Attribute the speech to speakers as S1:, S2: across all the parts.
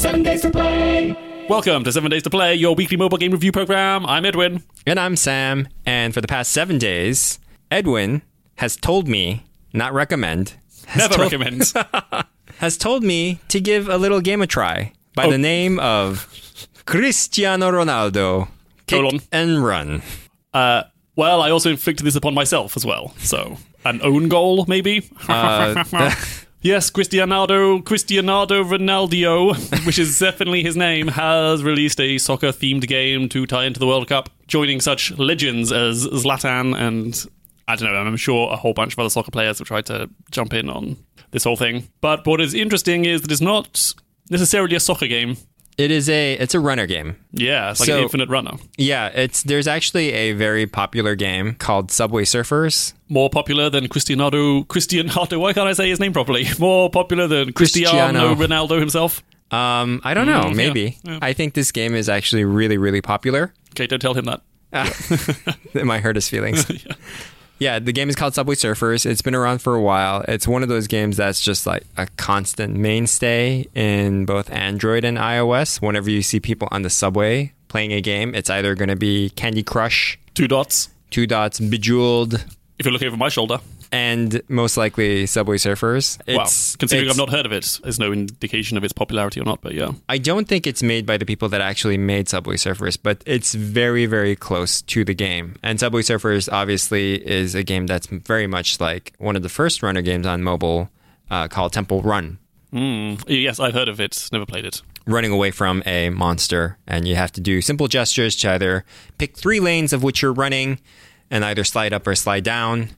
S1: Seven Days to Play.
S2: Welcome to Seven Days to Play, your weekly mobile game review program. I'm Edwin.
S3: And I'm Sam, and for the past seven days, Edwin has told me, not recommend, has
S2: Never
S3: told-
S2: recommend.
S3: has told me to give a little game a try by
S2: Oh.
S3: the name of Cristiano Ronaldo. Kick
S2: Colon.
S3: and run.
S2: uh, well, I also inflicted this upon myself as well. So, an own goal, maybe? yes, Cristiano, Cristiano Ronaldo, which is definitely his name, has released a soccer themed game to tie into the World Cup, joining such legends as Zlatan and. I don't know, I'm sure a whole bunch of other soccer players have tried to jump in on this whole thing. But what is interesting is that it's not necessarily a soccer game.
S3: It is a it's a runner game.
S2: Yeah, it's like an
S3: So-
S2: infinite runner.
S3: Yeah, it's there's actually a very popular game called Subway Surfers.
S2: more popular than Cristiano Cristiano. Why can't I say his name properly? More popular than Cristiano,
S3: Cristiano.
S2: Ronaldo himself.
S3: Um, I don't know,
S2: Mm, yeah,
S3: maybe.
S2: yeah.
S3: I think this game is actually really, really popular.
S2: Okay, don't tell him that.
S3: It might hurt his feelings. yeah. the game is called Subway Surfers. It's been around for a while. It's one of those games that's just like a constant mainstay in both Android and iOS. Whenever you see people on the subway playing a game, it's either going to be Candy Crush,
S2: Two dots.
S3: Two Dots, Bejeweled,
S2: If you're looking over my shoulder,
S3: and most likely Subway Surfers.
S2: wow.
S3: It's,
S2: Considering
S3: it's-
S2: I've not heard of it, there's no indication of its popularity or not. But yeah,
S3: I don't think it's made by the people that actually made Subway Surfers, but it's very, very close to the game. And Subway Surfers obviously is a game that's very much like one of the first runner games on mobile uh, called Temple Run, Hmm.
S2: yes, I've heard of it. Never played it.
S3: running away from a monster. And you have to do simple gestures to either pick three lanes of which you're running and either slide up or slide down.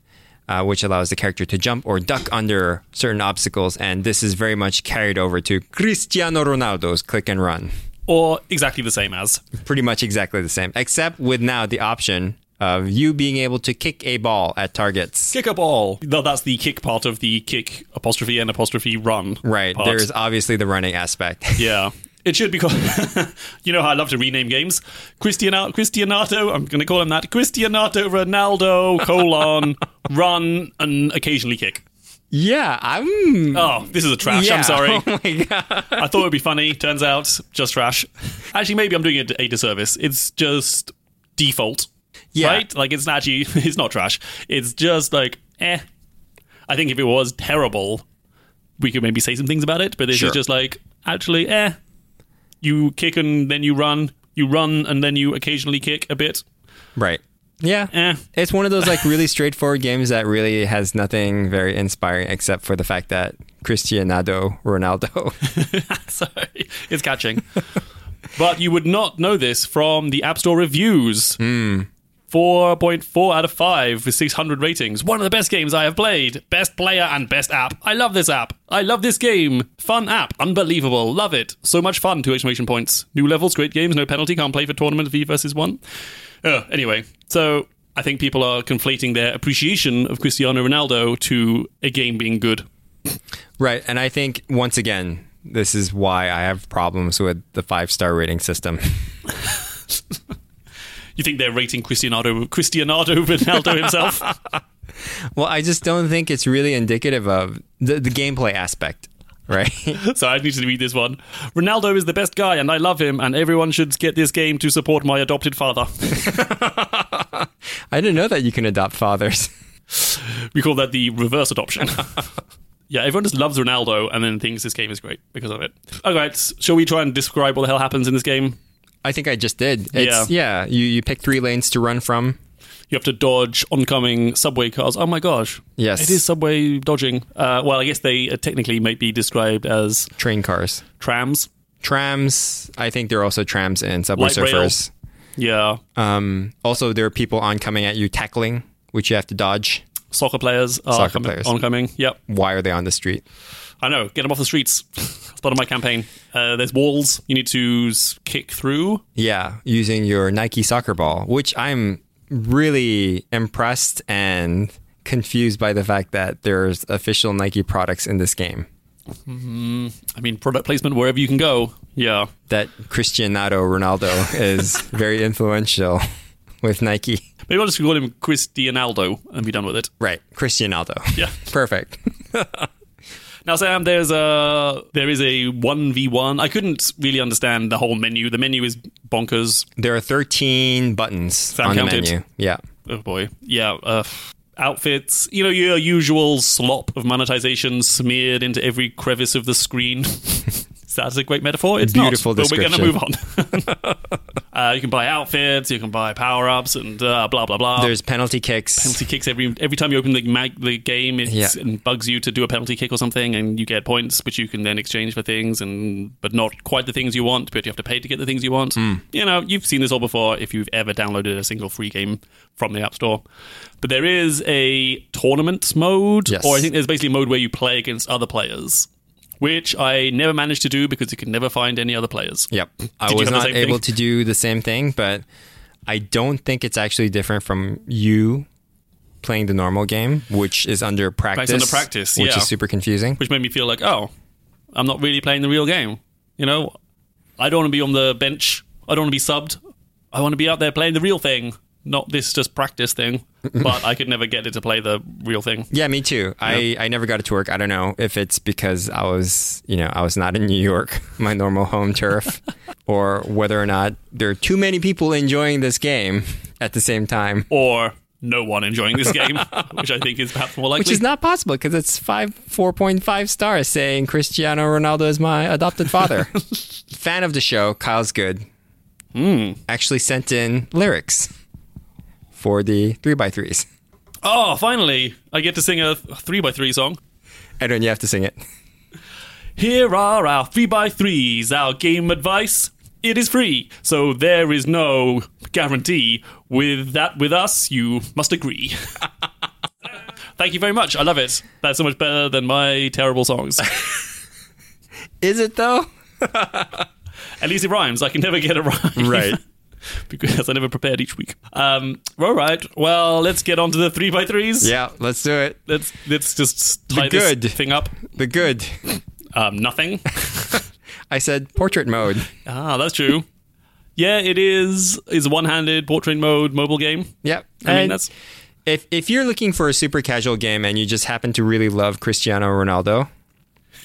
S3: Uh, which allows the character to jump or duck under certain obstacles, and this is very much carried over to Cristiano Ronaldo's click and run.
S2: Or exactly the same as.
S3: pretty much exactly the same, except with now the option of you being able to kick a ball at targets.
S2: Kick a ball. No, that's the kick part of the kick apostrophe and apostrophe run.
S3: Right.
S2: part.
S3: There's obviously the running aspect.
S2: Yeah. It should be called. you know how I love to rename games. Cristiano, Cristianato. I'm going to call him that. Cristianato Ronaldo colon run and occasionally kick.
S3: yeah, I'm.
S2: Oh, this is a trash.
S3: yeah.
S2: I'm sorry.
S3: Oh my god.
S2: I thought it would be funny. Turns out, just trash. Actually, maybe I'm doing it a disservice. It's just default,
S3: Yeah.
S2: right? Like it's not actually. It's not trash. It's just like eh. I think if it was terrible, we could maybe say some things about it. But this
S3: Sure.
S2: is just like actually eh. You kick and then you run. You run and then you occasionally kick a bit.
S3: Right. Yeah.
S2: Eh.
S3: It's one of those like really straightforward games that really has nothing very inspiring except for the fact that Cristiano Ronaldo.
S2: Sorry, it's catching. but you would not know this from the App Store reviews. 4.4 out of 5 with 600 ratings. One of the best games I have played. Best player and best app. I love this app. I love this game. Fun app. Unbelievable. Love it. So much fun. Two exclamation points. New levels, great games, no penalty. Can't play for tournament V versus 1. Uh, anyway, so I think people are conflating their appreciation of Cristiano Ronaldo to a game being good.
S3: right. And I think once again, this is why I have problems with the five star rating system.
S2: You think they're rating Cristiano Cristiano Ronaldo himself?
S3: Well, I just don't think it's really indicative of the, the gameplay aspect, right?
S2: so I need to read this one. Ronaldo is the best guy, and I love him, and everyone should get this game to support my adopted father.
S3: I didn't know that you can adopt fathers.
S2: we call that the reverse adoption. yeah, everyone just loves Ronaldo and then thinks this game is great because of it. All right, shall we try and describe what the hell happens in this game?
S3: I think I just did. It's, yeah. You you pick three lanes to run from.
S2: You have to dodge oncoming subway cars. Oh my gosh.
S3: Yes.
S2: It is subway dodging. Uh, well, I guess they uh, technically might be described as
S3: Train cars,
S2: trams.
S3: trams. I think there are also trams and subway
S2: Light rail.
S3: surfers.
S2: Yeah.
S3: Um, also, there are people on coming at you tackling, which you have to dodge.
S2: Soccer players are
S3: Soccer
S2: coming-
S3: players.
S2: oncoming. Yep.
S3: Why are they on the street?
S2: I know. Get them off the streets. That's part of my campaign. Uh, there's walls you need to s- kick through.
S3: Yeah, using your Nike soccer ball, which I'm really impressed and confused by the fact that there's official Nike products in this game.
S2: I mean, product placement wherever you can go. Yeah.
S3: that Cristiano Ronaldo is very influential with Nike.
S2: Maybe I'll just call him Cristianaldo and be done with it.
S3: Right, Cristiano.
S2: Yeah.
S3: Perfect.
S2: Now, Sam, there's a there is a one v one. I couldn't really understand the whole menu. The menu is bonkers.
S3: There are 13 buttons
S2: Sam
S3: on
S2: counted.
S3: the menu. Yeah.
S2: Oh boy, yeah. Uh, outfits, you know, your usual slop of monetization smeared into every crevice of the screen. That's a great metaphor. It's
S3: Beautiful
S2: not, but we're going
S3: description.
S2: to move on. uh, you can buy outfits, you can buy power ups, and uh, blah blah blah.
S3: There's penalty kicks.
S2: penalty kicks every every time you open the mag, the game it
S3: Yeah.
S2: bugs you to do a penalty kick or something and you get points which you can then exchange for things and but not quite the things you want but you have to pay to get the things you want
S3: Hmm.
S2: you know you've seen this all before if you've ever downloaded a single free game from the app store but there is a tournament mode
S3: Yes.
S2: or i think there's basically a mode where you play against other players which i never managed to do because you can never find any other players
S3: Yep. I
S2: Did you
S3: was
S2: have the
S3: not
S2: same thing?
S3: able to do the same thing, but I don't think it's actually different from you playing the normal game, which is under practice.
S2: under practice,
S3: Which
S2: yeah.
S3: is super confusing.
S2: which made me feel like, oh, I'm not really playing the real game. You know, I don't want to be on the bench. I don't want to be subbed. I want to be out there playing the real thing, not this just practice thing. but I could never get it to play the real thing.
S3: Yeah, me too. I, I never got it to work. I don't know if it's because I was, you know, I was not in New York, my normal home turf, or whether or not there are too many people enjoying this game at the same time,
S2: Or no one enjoying this game, which I think is perhaps more likely.
S3: which is not possible because it's five, 4.5 stars saying Cristiano Ronaldo is my adopted father. Fan of the show, Kyle's Good, Hmm. actually sent in lyrics for the 3x3s.
S2: oh, finally, I get to sing a 3x3 song.
S3: I don't, you have to sing it.
S2: Here are our 3x3s, our game advice. It is free, so there is no guarantee. With that, with us, you must agree. Thank you very much. I love it. That's so much better than my terrible songs.
S3: Is it though?
S2: At least it rhymes. I can never get it right. because I never prepared each week. Um, all right. Well, let's get on to the 3x3s.
S3: yeah, let's do it.
S2: Let's, let's just tie
S3: good.
S2: this thing up.
S3: The good.
S2: Um, nothing.
S3: I said portrait mode.
S2: ah, that's true. Yeah, it is. It's a one-handed portrait mode mobile game.
S3: Yep.
S2: I mean,
S3: And
S2: that's
S3: if if you're looking for a super casual game and you just happen to really love Cristiano Ronaldo,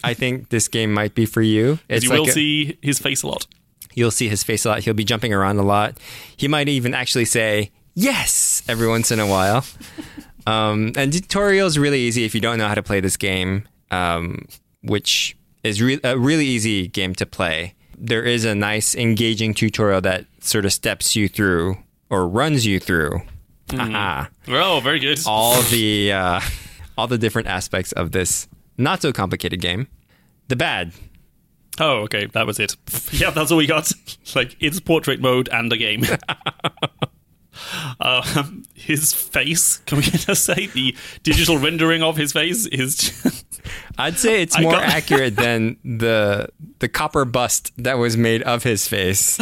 S3: I think this game might be for you. It's
S2: you
S3: like
S2: will
S3: a-
S2: see his face a lot.
S3: you'll see his face a lot. He'll be jumping around a lot. He might even actually say yes every once in a while. um, and tutorials really easy if you don't know how to play this game, um, which is re- a really easy game to play. There is a nice engaging tutorial that sort of steps you through or runs you through. Haha
S2: Oh, very good.
S3: all the uh, all the different aspects of this not so complicated game. The bad,
S2: Oh, okay, that was it. yeah, that's all we got. Like it's portrait mode and a game. Uh, his face. Can we just say the digital rendering of his face is? just-
S3: I'd say it's
S2: I
S3: more
S2: got-
S3: accurate than the the copper bust that was made of his face.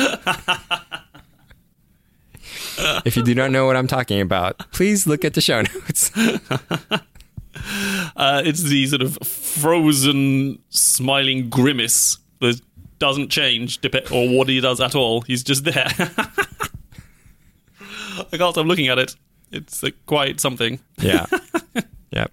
S3: if you do not know what I'm talking about, please look at the show notes.
S2: uh, it's the sort of frozen, smiling grimace that doesn't change dep- or what he does at all. He's just there. I can't stop looking at it. It's like quite something.
S3: Yeah. Yep.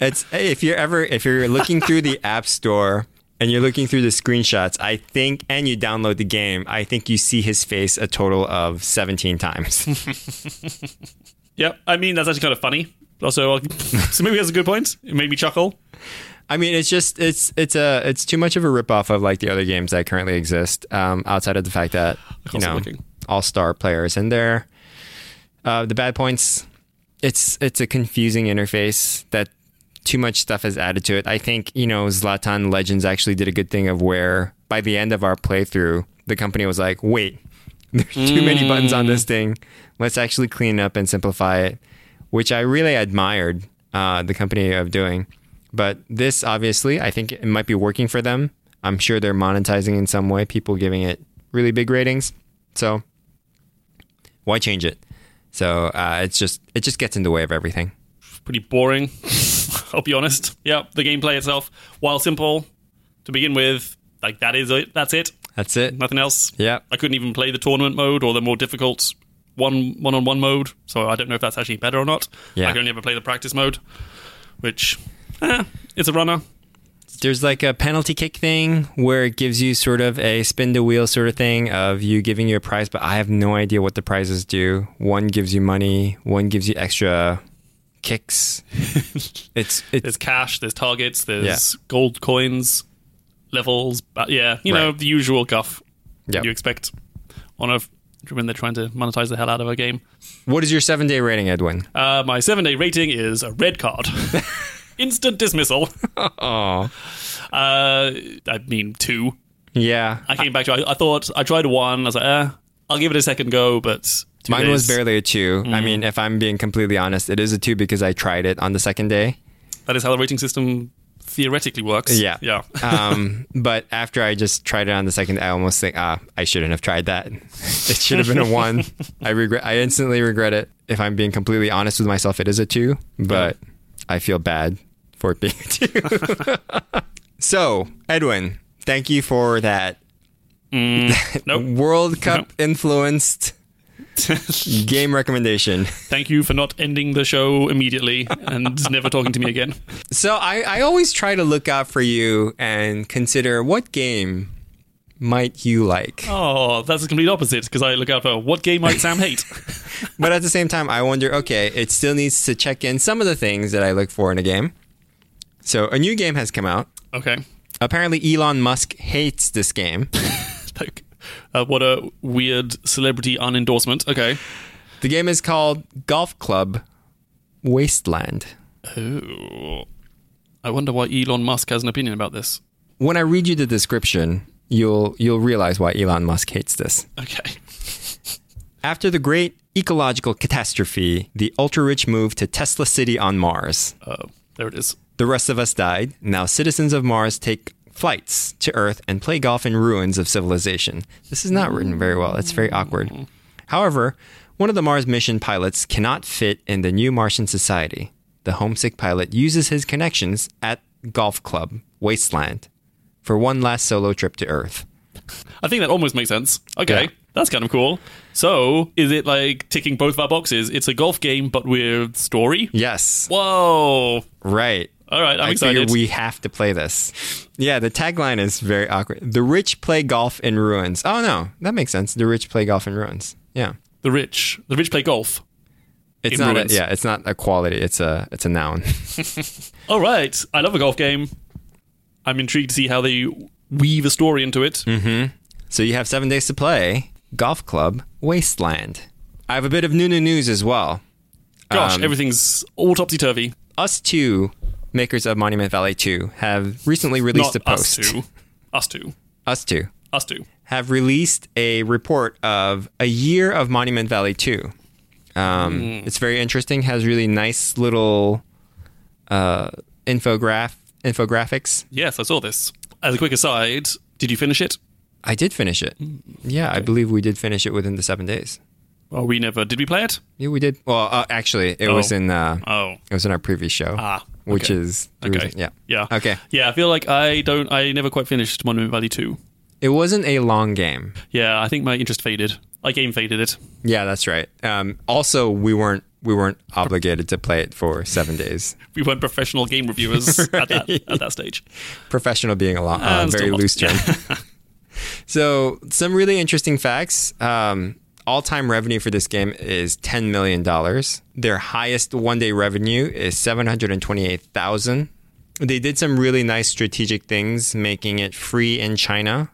S3: It's if you're ever if you're looking through the app store and you're looking through the screenshots, I think and you download the game, I think you see his face a total of 17 times.
S2: Yep. I mean, that's actually kind of funny. Also, uh, so maybe that's a good point. It made me chuckle.
S3: I mean, it's just it's it's a it's too much of a ripoff of like the other games that currently exist um, outside of the fact that you
S2: course I'm
S3: know
S2: looking.
S3: all-star players in there. Uh, the bad points it's it's a confusing interface that too much stuff is added to it. I think, you know, Zlatan Legends actually did a good thing of where by the end of our playthrough, the company was like, wait, there's too many buttons on this thing. Let's actually clean it up and simplify it, which I really admired uh, the company of doing. But this, obviously, I think it might be working for them. I'm sure they're monetizing in some way, people giving it really big ratings. So why change it? So uh, it's just it just gets in the way of everything.
S2: Pretty boring. I'll be honest. Yeah, the gameplay itself, while simple to begin with, like that is it. That's it.
S3: That's it.
S2: Nothing else.
S3: Yeah.
S2: I couldn't even play the tournament mode or the more difficult one one on one mode. So I don't know if that's actually better or not.
S3: Yeah.
S2: I can only ever play the practice mode, which eh, it's a runner. It's
S3: there's like a penalty kick thing where it gives you sort of a spin the wheel sort of thing of you giving you a prize, but I have no idea what the prizes do. One gives you money, one gives you extra kicks. it's it's
S2: There's cash, there's targets, there's gold coins, levels. But yeah, you know,
S3: Right.
S2: the usual guff
S3: Yep.
S2: you expect on a when they're trying to monetize the hell out of a game.
S3: what is your seven day rating, Edwin?
S2: Uh, my seven day rating is a red card. Instant dismissal.
S3: Oh,
S2: Uh, I mean, two.
S3: yeah.
S2: I came back to I, I thought, I tried one. I was like, eh, I'll give it a second go, but. two
S3: Mine was
S2: days-
S3: barely a two. I mean, if I'm being completely honest, it is a two because I tried it on the second day.
S2: That is how the rating system theoretically works.
S3: Yeah.
S2: Yeah.
S3: Um, but after I just tried it on the second, I almost think, ah, I shouldn't have tried that. It should have been a one. I regret. I instantly regret it. If I'm being completely honest with myself, it is a two, but I feel bad for it being a two. so, Edwin, thank you for that
S2: nope.
S3: World Cup influenced game recommendation.
S2: Thank you for not ending the show immediately and never talking to me again.
S3: So I, I always try to look out for you and consider what game might you like.
S2: Oh, that's the complete opposite because I look out for what game might Sam hate.
S3: But at the same time, I wonder, okay, it still needs to check in some of the things that I look for in a game. So a new game has come out.
S2: okay.
S3: Apparently Elon Musk hates this game.
S2: Like, uh, what a weird celebrity unendorsement. Okay.
S3: The game is called Golf Club Wasteland.
S2: Oh. I wonder why Elon Musk has an opinion about this.
S3: When I read you the description, you'll you'll realize why Elon Musk hates this.
S2: Okay.
S3: After the great ecological catastrophe, the ultra rich moved to Tesla City on Mars.
S2: Oh, there it is.
S3: The rest of us died. Now citizens of Mars take flights to Earth and play golf in ruins of civilization. This is not written very well. It's very awkward. However, one of the Mars mission pilots cannot fit in the new Martian society. The homesick pilot uses his connections at golf club Wasteland for one last solo trip to Earth.
S2: I think that almost makes sense. Okay.
S3: Yeah.
S2: That's kind of cool. So, is it like ticking both of our boxes? It's a golf game, but with story?
S3: Yes,
S2: Whoa.
S3: right.
S2: All right. I'm
S3: I figure
S2: excited.
S3: we have to play this. Yeah, the tagline is very awkward. The rich play golf in ruins. Oh no, that makes sense. The rich play golf in ruins. Yeah.
S2: the rich. The rich play golf. in
S3: It's not
S2: ruins.
S3: A, yeah, it's not a quality. It's a it's a noun.
S2: All right, I love a golf game. I'm intrigued to see how they weave a story into it.
S3: Hmm. so you have seven days to play golf club wasteland. I have a bit of new new news as well.
S2: Gosh,
S3: Um,
S2: everything's all topsy turvy.
S3: Us two, makers of Monument Valley Two, have recently
S2: Not
S3: released a
S2: us
S3: post.
S2: two, us two,
S3: Us two
S2: us two.
S3: have released a report of a year of Monument Valley Two. Um,
S2: Hmm.
S3: It's very interesting. Has really nice little uh, infograph infographics.
S2: Yes, I saw this. As a quick aside, did you finish it?
S3: I did finish it.
S2: Hmm.
S3: Yeah, I believe we did finish it within the seven days.
S2: Oh, we never. Did we play it?
S3: Yeah, we did. Well, uh, actually, it was in uh,
S2: Oh,
S3: it was in our previous show,
S2: Ah,
S3: which
S2: okay.
S3: is the
S2: okay.
S3: reason- yeah,
S2: yeah.
S3: Okay,
S2: Yeah, I feel like I don't. I never quite finished Monument Valley two.
S3: it wasn't a long game.
S2: Yeah, I think my interest faded. I game faded it.
S3: Yeah, that's right. Um, also, we weren't we weren't obligated to play it for seven days.
S2: We weren't professional game reviewers at that at that stage.
S3: Professional being a lo- uh,
S2: I'm
S3: very
S2: still not.
S3: loose term. so, some really interesting facts. Um, all time revenue for this game is ten million dollars. Their highest one day revenue is seven hundred and twenty eight thousand. They did some really nice strategic things, making it free in China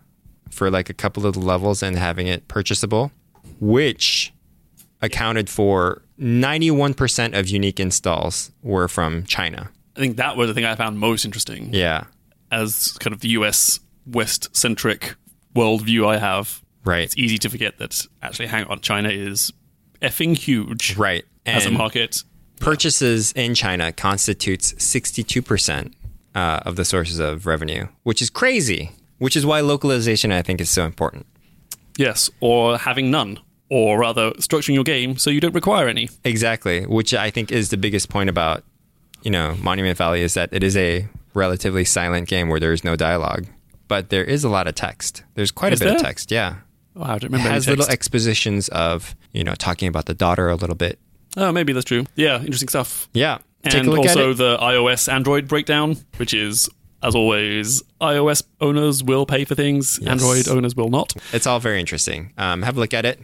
S3: for like a couple of the levels and having it purchasable, which accounted for ninety one percent of unique installs were from China.
S2: I think that was the thing I found most interesting.
S3: Yeah,
S2: as kind of the US West centric worldview I have,
S3: right.
S2: it's easy to forget that actually, hang on, China is effing huge
S3: Right.
S2: as a
S3: And
S2: market.
S3: purchases in China constitutes 62% uh, of the sources of revenue, which is crazy, which is why localization, I think, is so important.
S2: Yes, or having none, or rather structuring your game so you don't require any.
S3: Exactly, which I think is the biggest point about, you know, Monument Valley is that it is a relatively silent game where there is no dialogue, but there is a lot of text. There's quite
S2: Is
S3: a bit of
S2: there?
S3: text, yeah.
S2: Oh, I don't
S3: It
S2: remember.
S3: has
S2: any text.
S3: little expositions of, you know, talking about the daughter a little bit.
S2: oh, maybe that's true. Yeah, interesting stuff.
S3: Yeah. Take
S2: and
S3: a look at
S2: also
S3: it.
S2: the iOS Android breakdown, which is As always, iOS owners will pay for things, Android owners will not.
S3: It's all very interesting. Um, have a look at it.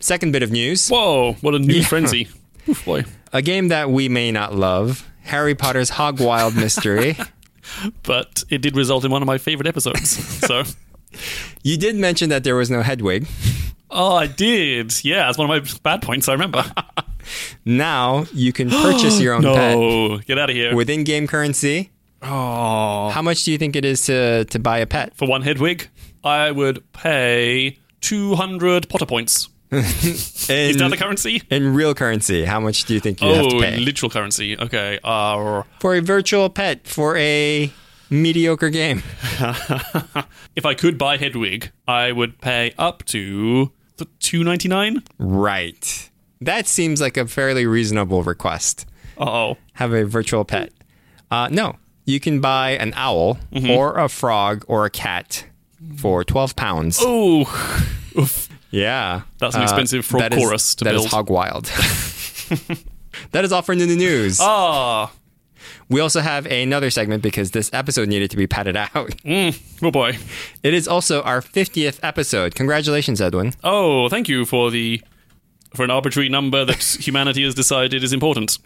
S3: Second bit of news
S2: Whoa, what a new frenzy. Oof, boy.
S3: a game that we may not love Harry Potter's Hogwild Mystery.
S2: But it did result in one of my favorite episodes. so,
S3: you did mention that there was no Hedwig.
S2: oh, I did. Yeah, that's one of my bad points, I remember.
S3: Now you can purchase your own pet
S2: no, get out of here.
S3: with in game currency.
S2: oh.
S3: How much do you think it is to, to buy a pet?
S2: For one Hedwig, I would pay 200 Potter points. Is that
S3: In,
S2: the currency?
S3: in real currency, how much do you think you
S2: oh,
S3: have to pay?
S2: literal currency. Okay. Uh,
S3: for a virtual pet for a mediocre game.
S2: if I could buy Hedwig, I would pay up to the 299.
S3: Right. That seems like a fairly reasonable request.
S2: Oh,
S3: Have a virtual pet. Uh, no, you can buy an owl
S2: Mm-hmm.
S3: or a frog or a cat for 12 pounds.
S2: oh, Oof.
S3: Yeah. Uh,
S2: That's an expensive frog
S3: that is-
S2: chorus to
S3: that is
S2: build.
S3: hog wild. that is all for the news.
S2: ah,
S3: We also have another segment because this episode needed to be padded out.
S2: oh boy.
S3: It is also our 50th episode. Congratulations, Edwin.
S2: Oh, thank you for the for an arbitrary number that humanity has decided is important.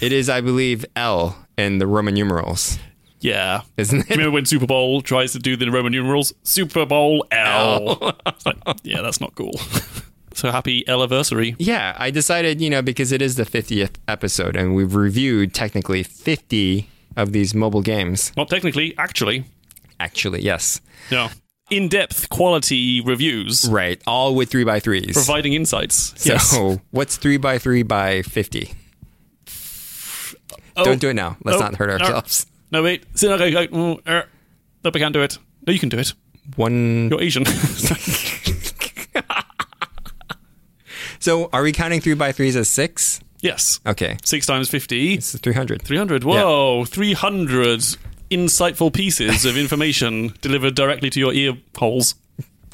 S3: It is, I believe, L in the Roman numerals,
S2: Yeah.
S3: isn't it?
S2: Remember when Super Bowl tries to do the Roman numerals? Super Bowl L. It's like, yeah, that's not cool. so happy anniversary.
S3: Yeah, I decided, you know, because it is the 50th episode and we've reviewed technically 50 of these mobile games.
S2: Well, technically, actually,
S3: Actually, yes.
S2: no. In depth quality reviews,
S3: Right. All with 3 by 3s
S2: providing insights.
S3: So,
S2: yes.
S3: what's 3 by 3 by 50? Don't do it now. Let's
S2: Oh.
S3: not hurt
S2: Oh.
S3: ourselves.
S2: No, wait. So, okay, okay, mm, er, Nope, I can't do it. No, you can do it.
S3: One.
S2: You're Asian.
S3: So, are we counting 3 by 3s as 6?
S2: yes.
S3: Okay.
S2: Six times 50.
S3: It's 300.
S2: 300. Whoa. 300 insightful pieces of information delivered directly to your ear holes.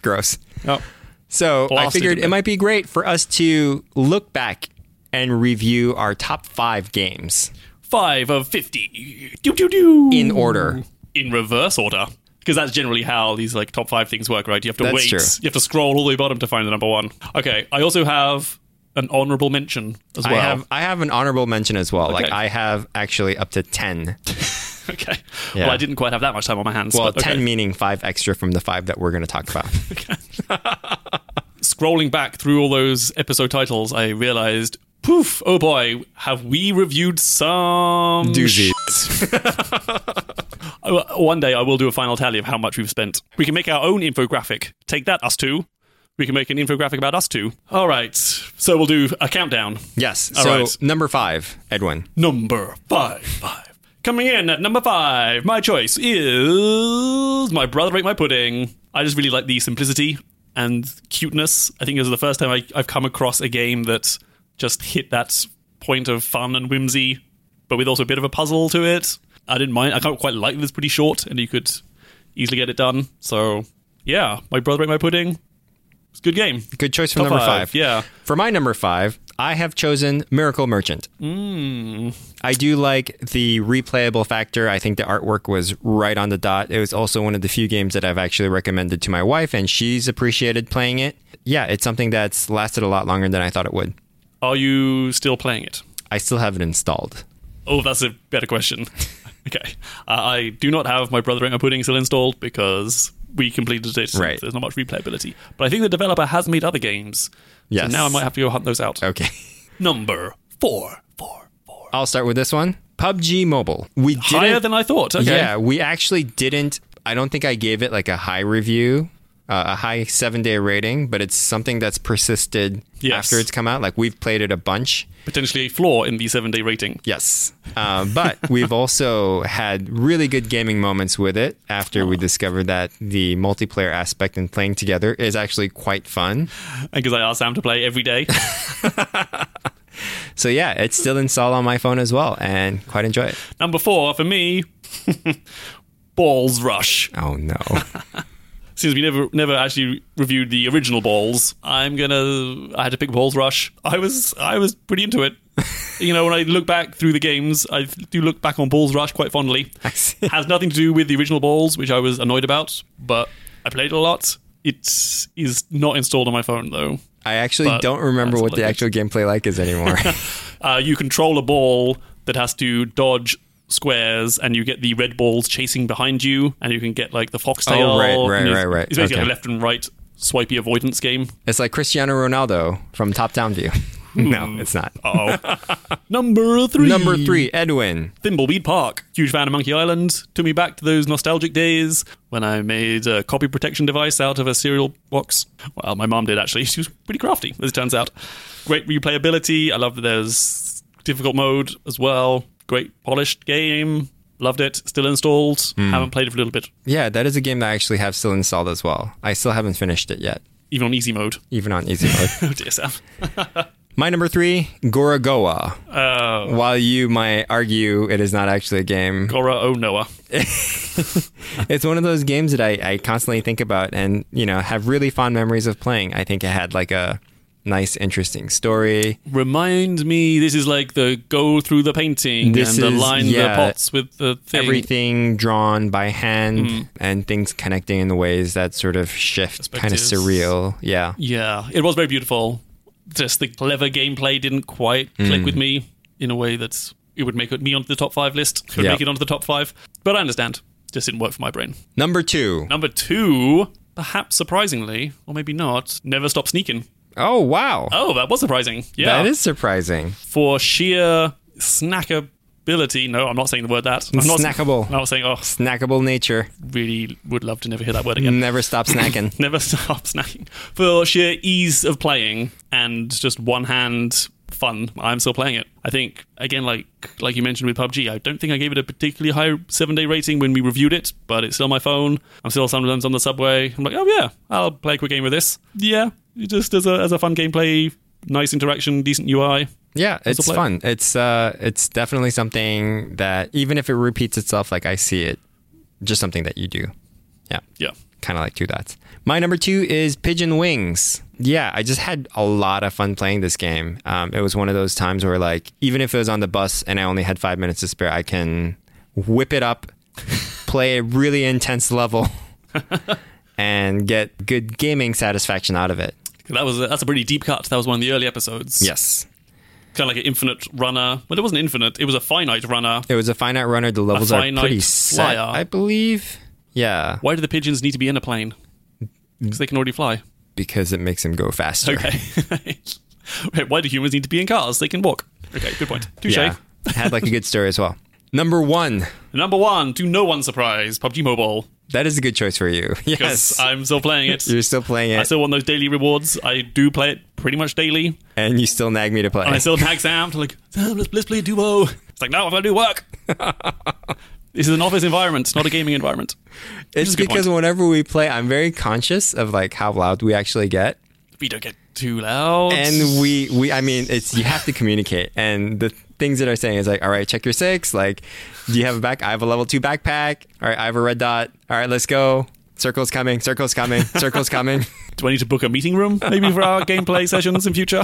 S3: Gross.
S2: Oh.
S3: So I
S2: Blasted
S3: figured
S2: it.
S3: it might be great for us to look back and review our top five games
S2: Five of 50. Doo, doo, doo.
S3: in order.
S2: in reverse order. Because that's generally how these like top five things work, right? You have to
S3: That's
S2: wait.
S3: true.
S2: You have to scroll all the way bottom to find the number one. Okay. I also have an honorable mention as well.
S3: I have I have an honorable mention as well. Like
S2: Okay.
S3: I have actually up to ten.
S2: okay.
S3: Yeah.
S2: Well, I didn't quite have that much time on my hands.
S3: Well,
S2: but okay.
S3: ten meaning five extra from the five that we're going to talk about.
S2: scrolling back through all those episode titles, I realized, poof, oh boy, have we reviewed some
S3: Doozy.
S2: I will- One day I will do a final tally of how much we've spent. We can make our own infographic. Take that, us two. We can make an infographic about us two. All right. So we'll do a countdown.
S3: Yes.
S2: All
S3: so
S2: right.
S3: number five, Edwin.
S2: Number five. Five. Coming in at number five, my choice is My Brother Ate My Pudding. I just really like the simplicity and cuteness. I think this is the first time I, I've come across a game that just hit that point of fun and whimsy, but with also a bit of a puzzle to it. I didn't mind. I can't quite like that it's pretty short and you could easily get it done. So, yeah, My Brother Ate My Pudding. It's a good game.
S3: Good choice from
S2: Top
S3: number
S2: five,
S3: five.
S2: yeah.
S3: For my number five, I have chosen Miracle Merchant.
S2: Mm.
S3: I do like the replayable factor. I think the artwork was right on the dot. It was also one of the few games that I've actually recommended to my wife, and she's appreciated playing it. Yeah, it's something that's lasted a lot longer than I thought it would.
S2: Are you still playing it?
S3: I still have it installed.
S2: Oh, that's a better question. okay. Uh, I do not have my Brother Ain't My Pudding still installed because we completed it. and
S3: Right.
S2: There's not much replayability. But I think the developer has made other games.
S3: Yes. Oh.
S2: So now I might have to go hunt those out.
S3: Okay.
S2: Number four, four, four.
S3: I'll start with this one PUBG Mobile. We didn't.
S2: Higher than I thought. Okay.
S3: Yeah, we actually didn't. I don't think I gave it like a high review, uh, a high seven day rating, but it's something that's persisted
S2: Yes.
S3: after it's come out. Like we've played it a bunch.
S2: Potentially a flaw in the seven day rating.
S3: Yes. Uh, but we've also had really good gaming moments with it after we discovered that the multiplayer aspect and playing together is actually quite fun.
S2: Because I asked Sam to play every day.
S3: So, yeah, it's still installed on my phone as well and quite enjoy it.
S2: Number four for me. Balls Rush.
S3: Oh, no.
S2: since we never never actually reviewed the original balls, I'm gonna I had to pick balls rush. I was I was pretty into it. you know, when I look back through the games, I do look back on Balls Rush quite fondly.
S3: I see.
S2: Has nothing to do with the original Balls, which I was annoyed about, but I played it a lot. It is not installed on my phone though.
S3: I actually
S2: But
S3: don't remember
S2: that's
S3: what
S2: all
S3: the
S2: it is.
S3: actual gameplay like is anymore.
S2: Uh, you control a ball that has to dodge squares, and you get the red balls chasing behind you, and you can get like the foxtail.
S3: Oh, right, right,
S2: and it's-
S3: right, right.
S2: It's basically
S3: Okay.
S2: a left and right swipey avoidance game.
S3: it's like Cristiano Ronaldo from top down view. no, it's not.
S2: Hmm. Oh, number three.
S3: Number three, Edwin.
S2: Thimbleweed Park. Huge fan of Monkey Island. Took me back to those nostalgic days when I made a copy protection device out of a cereal box. Well, my mom did actually. She was pretty crafty, as it turns out. Great replayability. I love that there's difficult mode as well. Great polished game. Loved it. Still installed.
S3: Hmm.
S2: Haven't played it for a little bit,
S3: Yeah, that is a game that I actually have still installed as well. I still haven't finished it yet,
S2: even on easy mode.
S3: even on easy mode.
S2: Oh dear, Sam.
S3: My number three, Goragoa.
S2: Oh,
S3: While you might argue it is not actually a game,
S2: Gora O Noah.
S3: it's one of those games that I, I constantly think about and, you know, have really fond memories of playing. I think it had like a nice, interesting story.
S2: Remind me, this is like the go through the painting
S3: This
S2: and the
S3: is-
S2: line
S3: yeah.
S2: the pots with the thing.
S3: Everything drawn by hand
S2: Mm-hmm.
S3: and things connecting in the ways that sort of shift, kind of
S2: Perspectives.
S3: surreal. Yeah.
S2: Yeah, it was very beautiful. Just the clever gameplay didn't quite click
S3: Hmm.
S2: with me in a way that it would make it- me onto the top five list. Could
S3: Yeah.
S2: make it onto the top five, but I understand. Just didn't work for my brain.
S3: Number two.
S2: Number two, perhaps surprisingly, or maybe not, never stop sneaking.
S3: Oh, wow.
S2: Oh, that was surprising. Yeah,
S3: That is surprising.
S2: for sheer snackability. No, I'm not saying the word that. I'm not,
S3: Snackable.
S2: I'm not saying. Oh,
S3: Snackable nature.
S2: really would love to never hear that word again.
S3: Never stop snacking.
S2: never stop snacking for sheer ease of playing and just one hand fun i'm still playing it i think again like like you mentioned with pubg i don't think i gave it a particularly high seven day rating when we reviewed it but it's still on my phone i'm still sometimes on the subway i'm like oh yeah i'll play a quick game with this yeah it just as a, as a fun gameplay nice interaction decent ui
S3: Yeah, it's
S2: play.
S3: fun. It's uh, it's definitely something that even if it repeats itself, like I see it, just something that you do. Yeah,
S2: yeah
S3: kind of like two dots. My number two is Pigeon Wings. Yeah, I just had a lot of fun playing this game. Um, it was one of those times where, like, even if it was on the bus and I only had five minutes to spare, I can whip it up, play a really intense level, and get good gaming satisfaction out of it.
S2: that was a, that's a pretty deep cut that was one of the early episodes
S3: Yes.
S2: kind of like an infinite runner but it wasn't infinite it was a finite runner
S3: It was a finite runner. The levels are
S2: finite
S3: pretty set,
S2: flyer.
S3: I believe. Yeah,
S2: Why do the pigeons need to be in a plane?
S3: Mm.
S2: Because they can already fly.
S3: because it makes him go faster.
S2: Okay. Wait, Why do humans need to be in cars? They can walk. Okay, good point. Touche.
S3: Yeah, had like a good story as well. Number one,
S2: Number one, to no one's surprise, PUBG Mobile.
S3: that is a good choice for you.
S2: Because
S3: Yes,
S2: I'm still playing it.
S3: you're still playing
S2: I
S3: it,
S2: still want those daily rewards. I do play it pretty much daily.
S3: and you still nag me to play.
S2: And I still tag Sam to like, Sam, let's, let's play duo. It's like, no, I've got to do work. this is an office environment, not a gaming environment.
S3: it's
S2: a good
S3: because whenever we play, I'm very conscious of like how loud we actually get,
S2: We don't get too loud.
S3: and we we I mean it's you have to communicate, and the things that are saying is like, all right, check your six. Like, do you have a back? I have a level two backpack. All right, I have a red dot. All right, let's go. Circle's coming. Circle's coming. Circle's coming.
S2: Do I need to book a meeting room maybe for our gameplay sessions in future?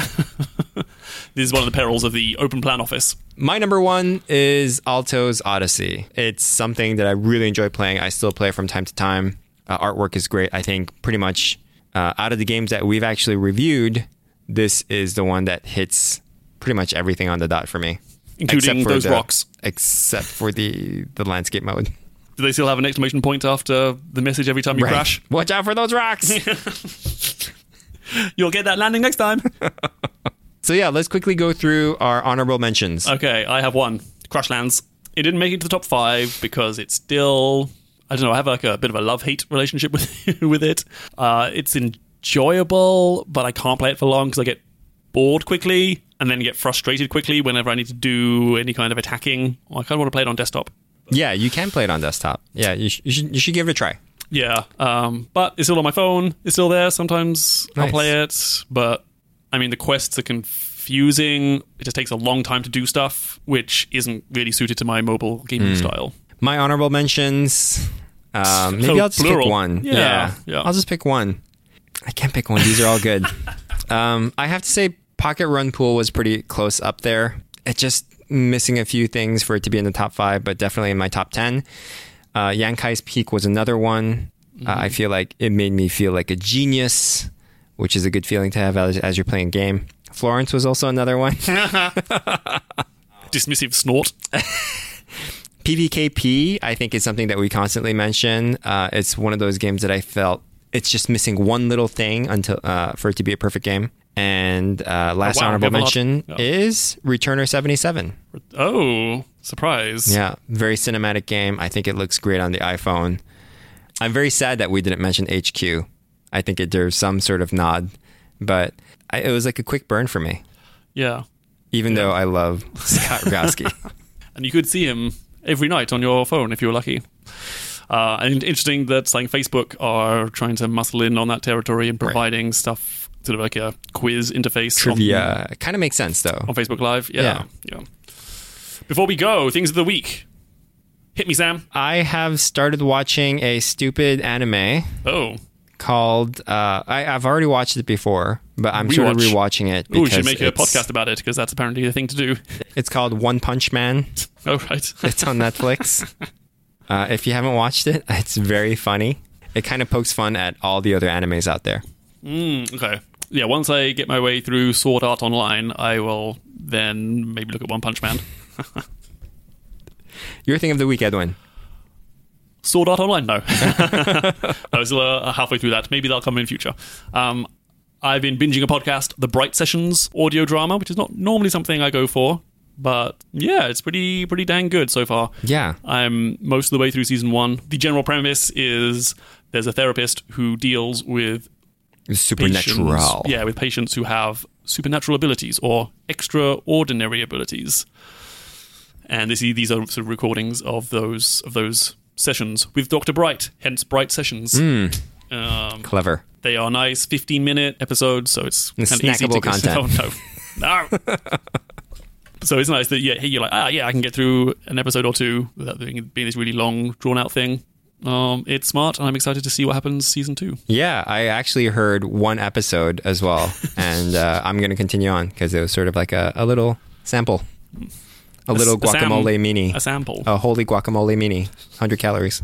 S2: this is one of the perils of the open plan office.
S3: My number one is Alto's Odyssey. It's something that I really enjoy playing. I still play it from time to time. Uh, artwork is great. I think pretty much uh, out of the games that we've actually reviewed, this is the one that hits pretty much everything on the dot for me,
S2: Including
S3: Except for
S2: those
S3: the-
S2: rocks.
S3: Except for the the landscape mode.
S2: Do they still have an exclamation point after the message every time you crash?
S3: Watch out for those rocks.
S2: You'll get that landing next time.
S3: so yeah, let's quickly go through our honorable mentions.
S2: okay, I have one. Crashlands. It didn't make it to the top five because it's still I don't know, I have like a bit of a love hate relationship with with it. Uh, it's enjoyable, but I can't play it for long because I get bored quickly and then get frustrated quickly whenever I need to do any kind of attacking. I kind of want to play it on desktop.
S3: yeah, you can play it on desktop. Yeah, you, sh- you should you should give it a try.
S2: Yeah, um, but it's still on my phone. It's still there. Sometimes
S3: Nice.
S2: I'll play it, but I mean the quests are confusing. It just takes a long time to do stuff, which isn't really suited to my mobile
S3: Hmm.
S2: gaming style.
S3: My honorable mentions. Um, maybe
S2: So
S3: I'll just pick
S2: plural.
S3: one.
S2: Yeah, yeah.
S3: I'll just pick one. I can't pick one. These are all good. um, I have to say, Pocket Run Pool was pretty close up there. It's just missing a few things for it to be in the top five, but definitely in my top 10. Uh, Yankai's Peak was another one. Uh,
S2: Mm-hmm.
S3: I feel like it made me feel like a genius, which is a good feeling to have as, as you're playing a game. Florence was also another one.
S2: Dismissive snort.
S3: PVKP, I think, is something that we constantly mention. Uh, it's one of those games that I felt it's just missing one little thing until uh, for it to be a perfect game. And uh, last
S2: Oh, wow, we
S3: honorable
S2: have a lot-
S3: mention
S2: yeah.
S3: is Returner 77.
S2: Oh, surprise.
S3: Yeah, very cinematic game. I think it looks great on the iPhone. I'm very sad that we didn't mention HQ. I think it deserves some sort of nod, but I, it was like a quick burn for me,
S2: Yeah.
S3: even though I love Scott Rogowski.
S2: And you could see him every night on your phone if you were lucky. Uh, and interesting that like Facebook are trying to muscle in on that territory and providing stuff sort of like a quiz interface on-
S3: Trivia. Kind of makes sense, though.
S2: on, Facebook Live. Yeah, yeah. Before we go, things of the week. Hit me, Sam.
S3: I have started watching a stupid anime
S2: Oh,
S3: called. Uh, I, I've already watched it before, but I'm sort of
S2: Rewatch.
S3: rewatching it.
S2: Ooh, we should
S3: because
S2: make a
S3: it's-
S2: podcast about it because that's apparently the thing to do.
S3: It's called One Punch Man.
S2: oh, right.
S3: It's on Netflix. uh, if you haven't watched it, it's very funny. It kind of pokes fun at all the other animes out there.
S2: Mm, okay. Yeah, once I get my way through Sword Art Online, I will then maybe look at One Punch Man.
S3: Your thing of the week, Edwin.
S2: Sword Art Online? No. I was uh, halfway through that. Maybe that'll come in future. Um, I've been binging a podcast, The Bright Sessions audio drama, which is not normally something I go for, but yeah, it's pretty pretty dang good so far.
S3: Yeah.
S2: I'm most of the way through season one. The general premise is there's a therapist who deals with
S3: Supernatural.
S2: yeah, with patients who have supernatural abilities or extraordinary abilities. And this, these are sort of recordings of those of those sessions with Dr. Bright, hence Bright Sessions. Um,
S3: Clever.
S2: they are nice 15 minute episodes, so it's
S3: It's
S2: kinda easy to
S3: snackable
S2: go-
S3: content.
S2: Oh, no. no. so it's nice that yeah, hey, you're like, ah, yeah, I can get through an episode or two without being, being this really long, drawn out thing. Um, it's smart, and I'm excited to see what happens season two.
S3: Yeah, I actually heard one episode as well, and uh, I'm going to continue on because it was sort of like a, a little sample, a little
S2: a sam-
S3: guacamole mini,
S2: A sample.
S3: a holy guacamole mini, 100 calories.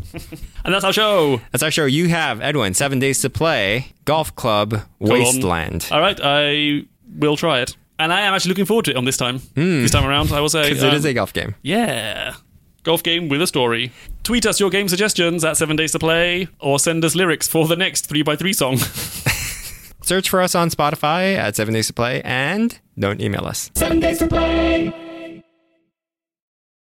S2: And that's our show.
S3: That's our show. You have Edwin, seven days to play, golf club,
S2: Go on. Uh,
S3: wasteland.
S2: All right, I will try it. And I am actually looking forward to it on this time. This time around, I will say.
S3: Because Hmm. it
S2: um,
S3: is a golf game.
S2: Yeah. Golf game with a story. Tweet us your game suggestions at 7 Days to Play or send us lyrics for the next 3x3 song.
S3: Search for us on Spotify at Seven Days to Play, and don't email us.
S1: Seven days to play.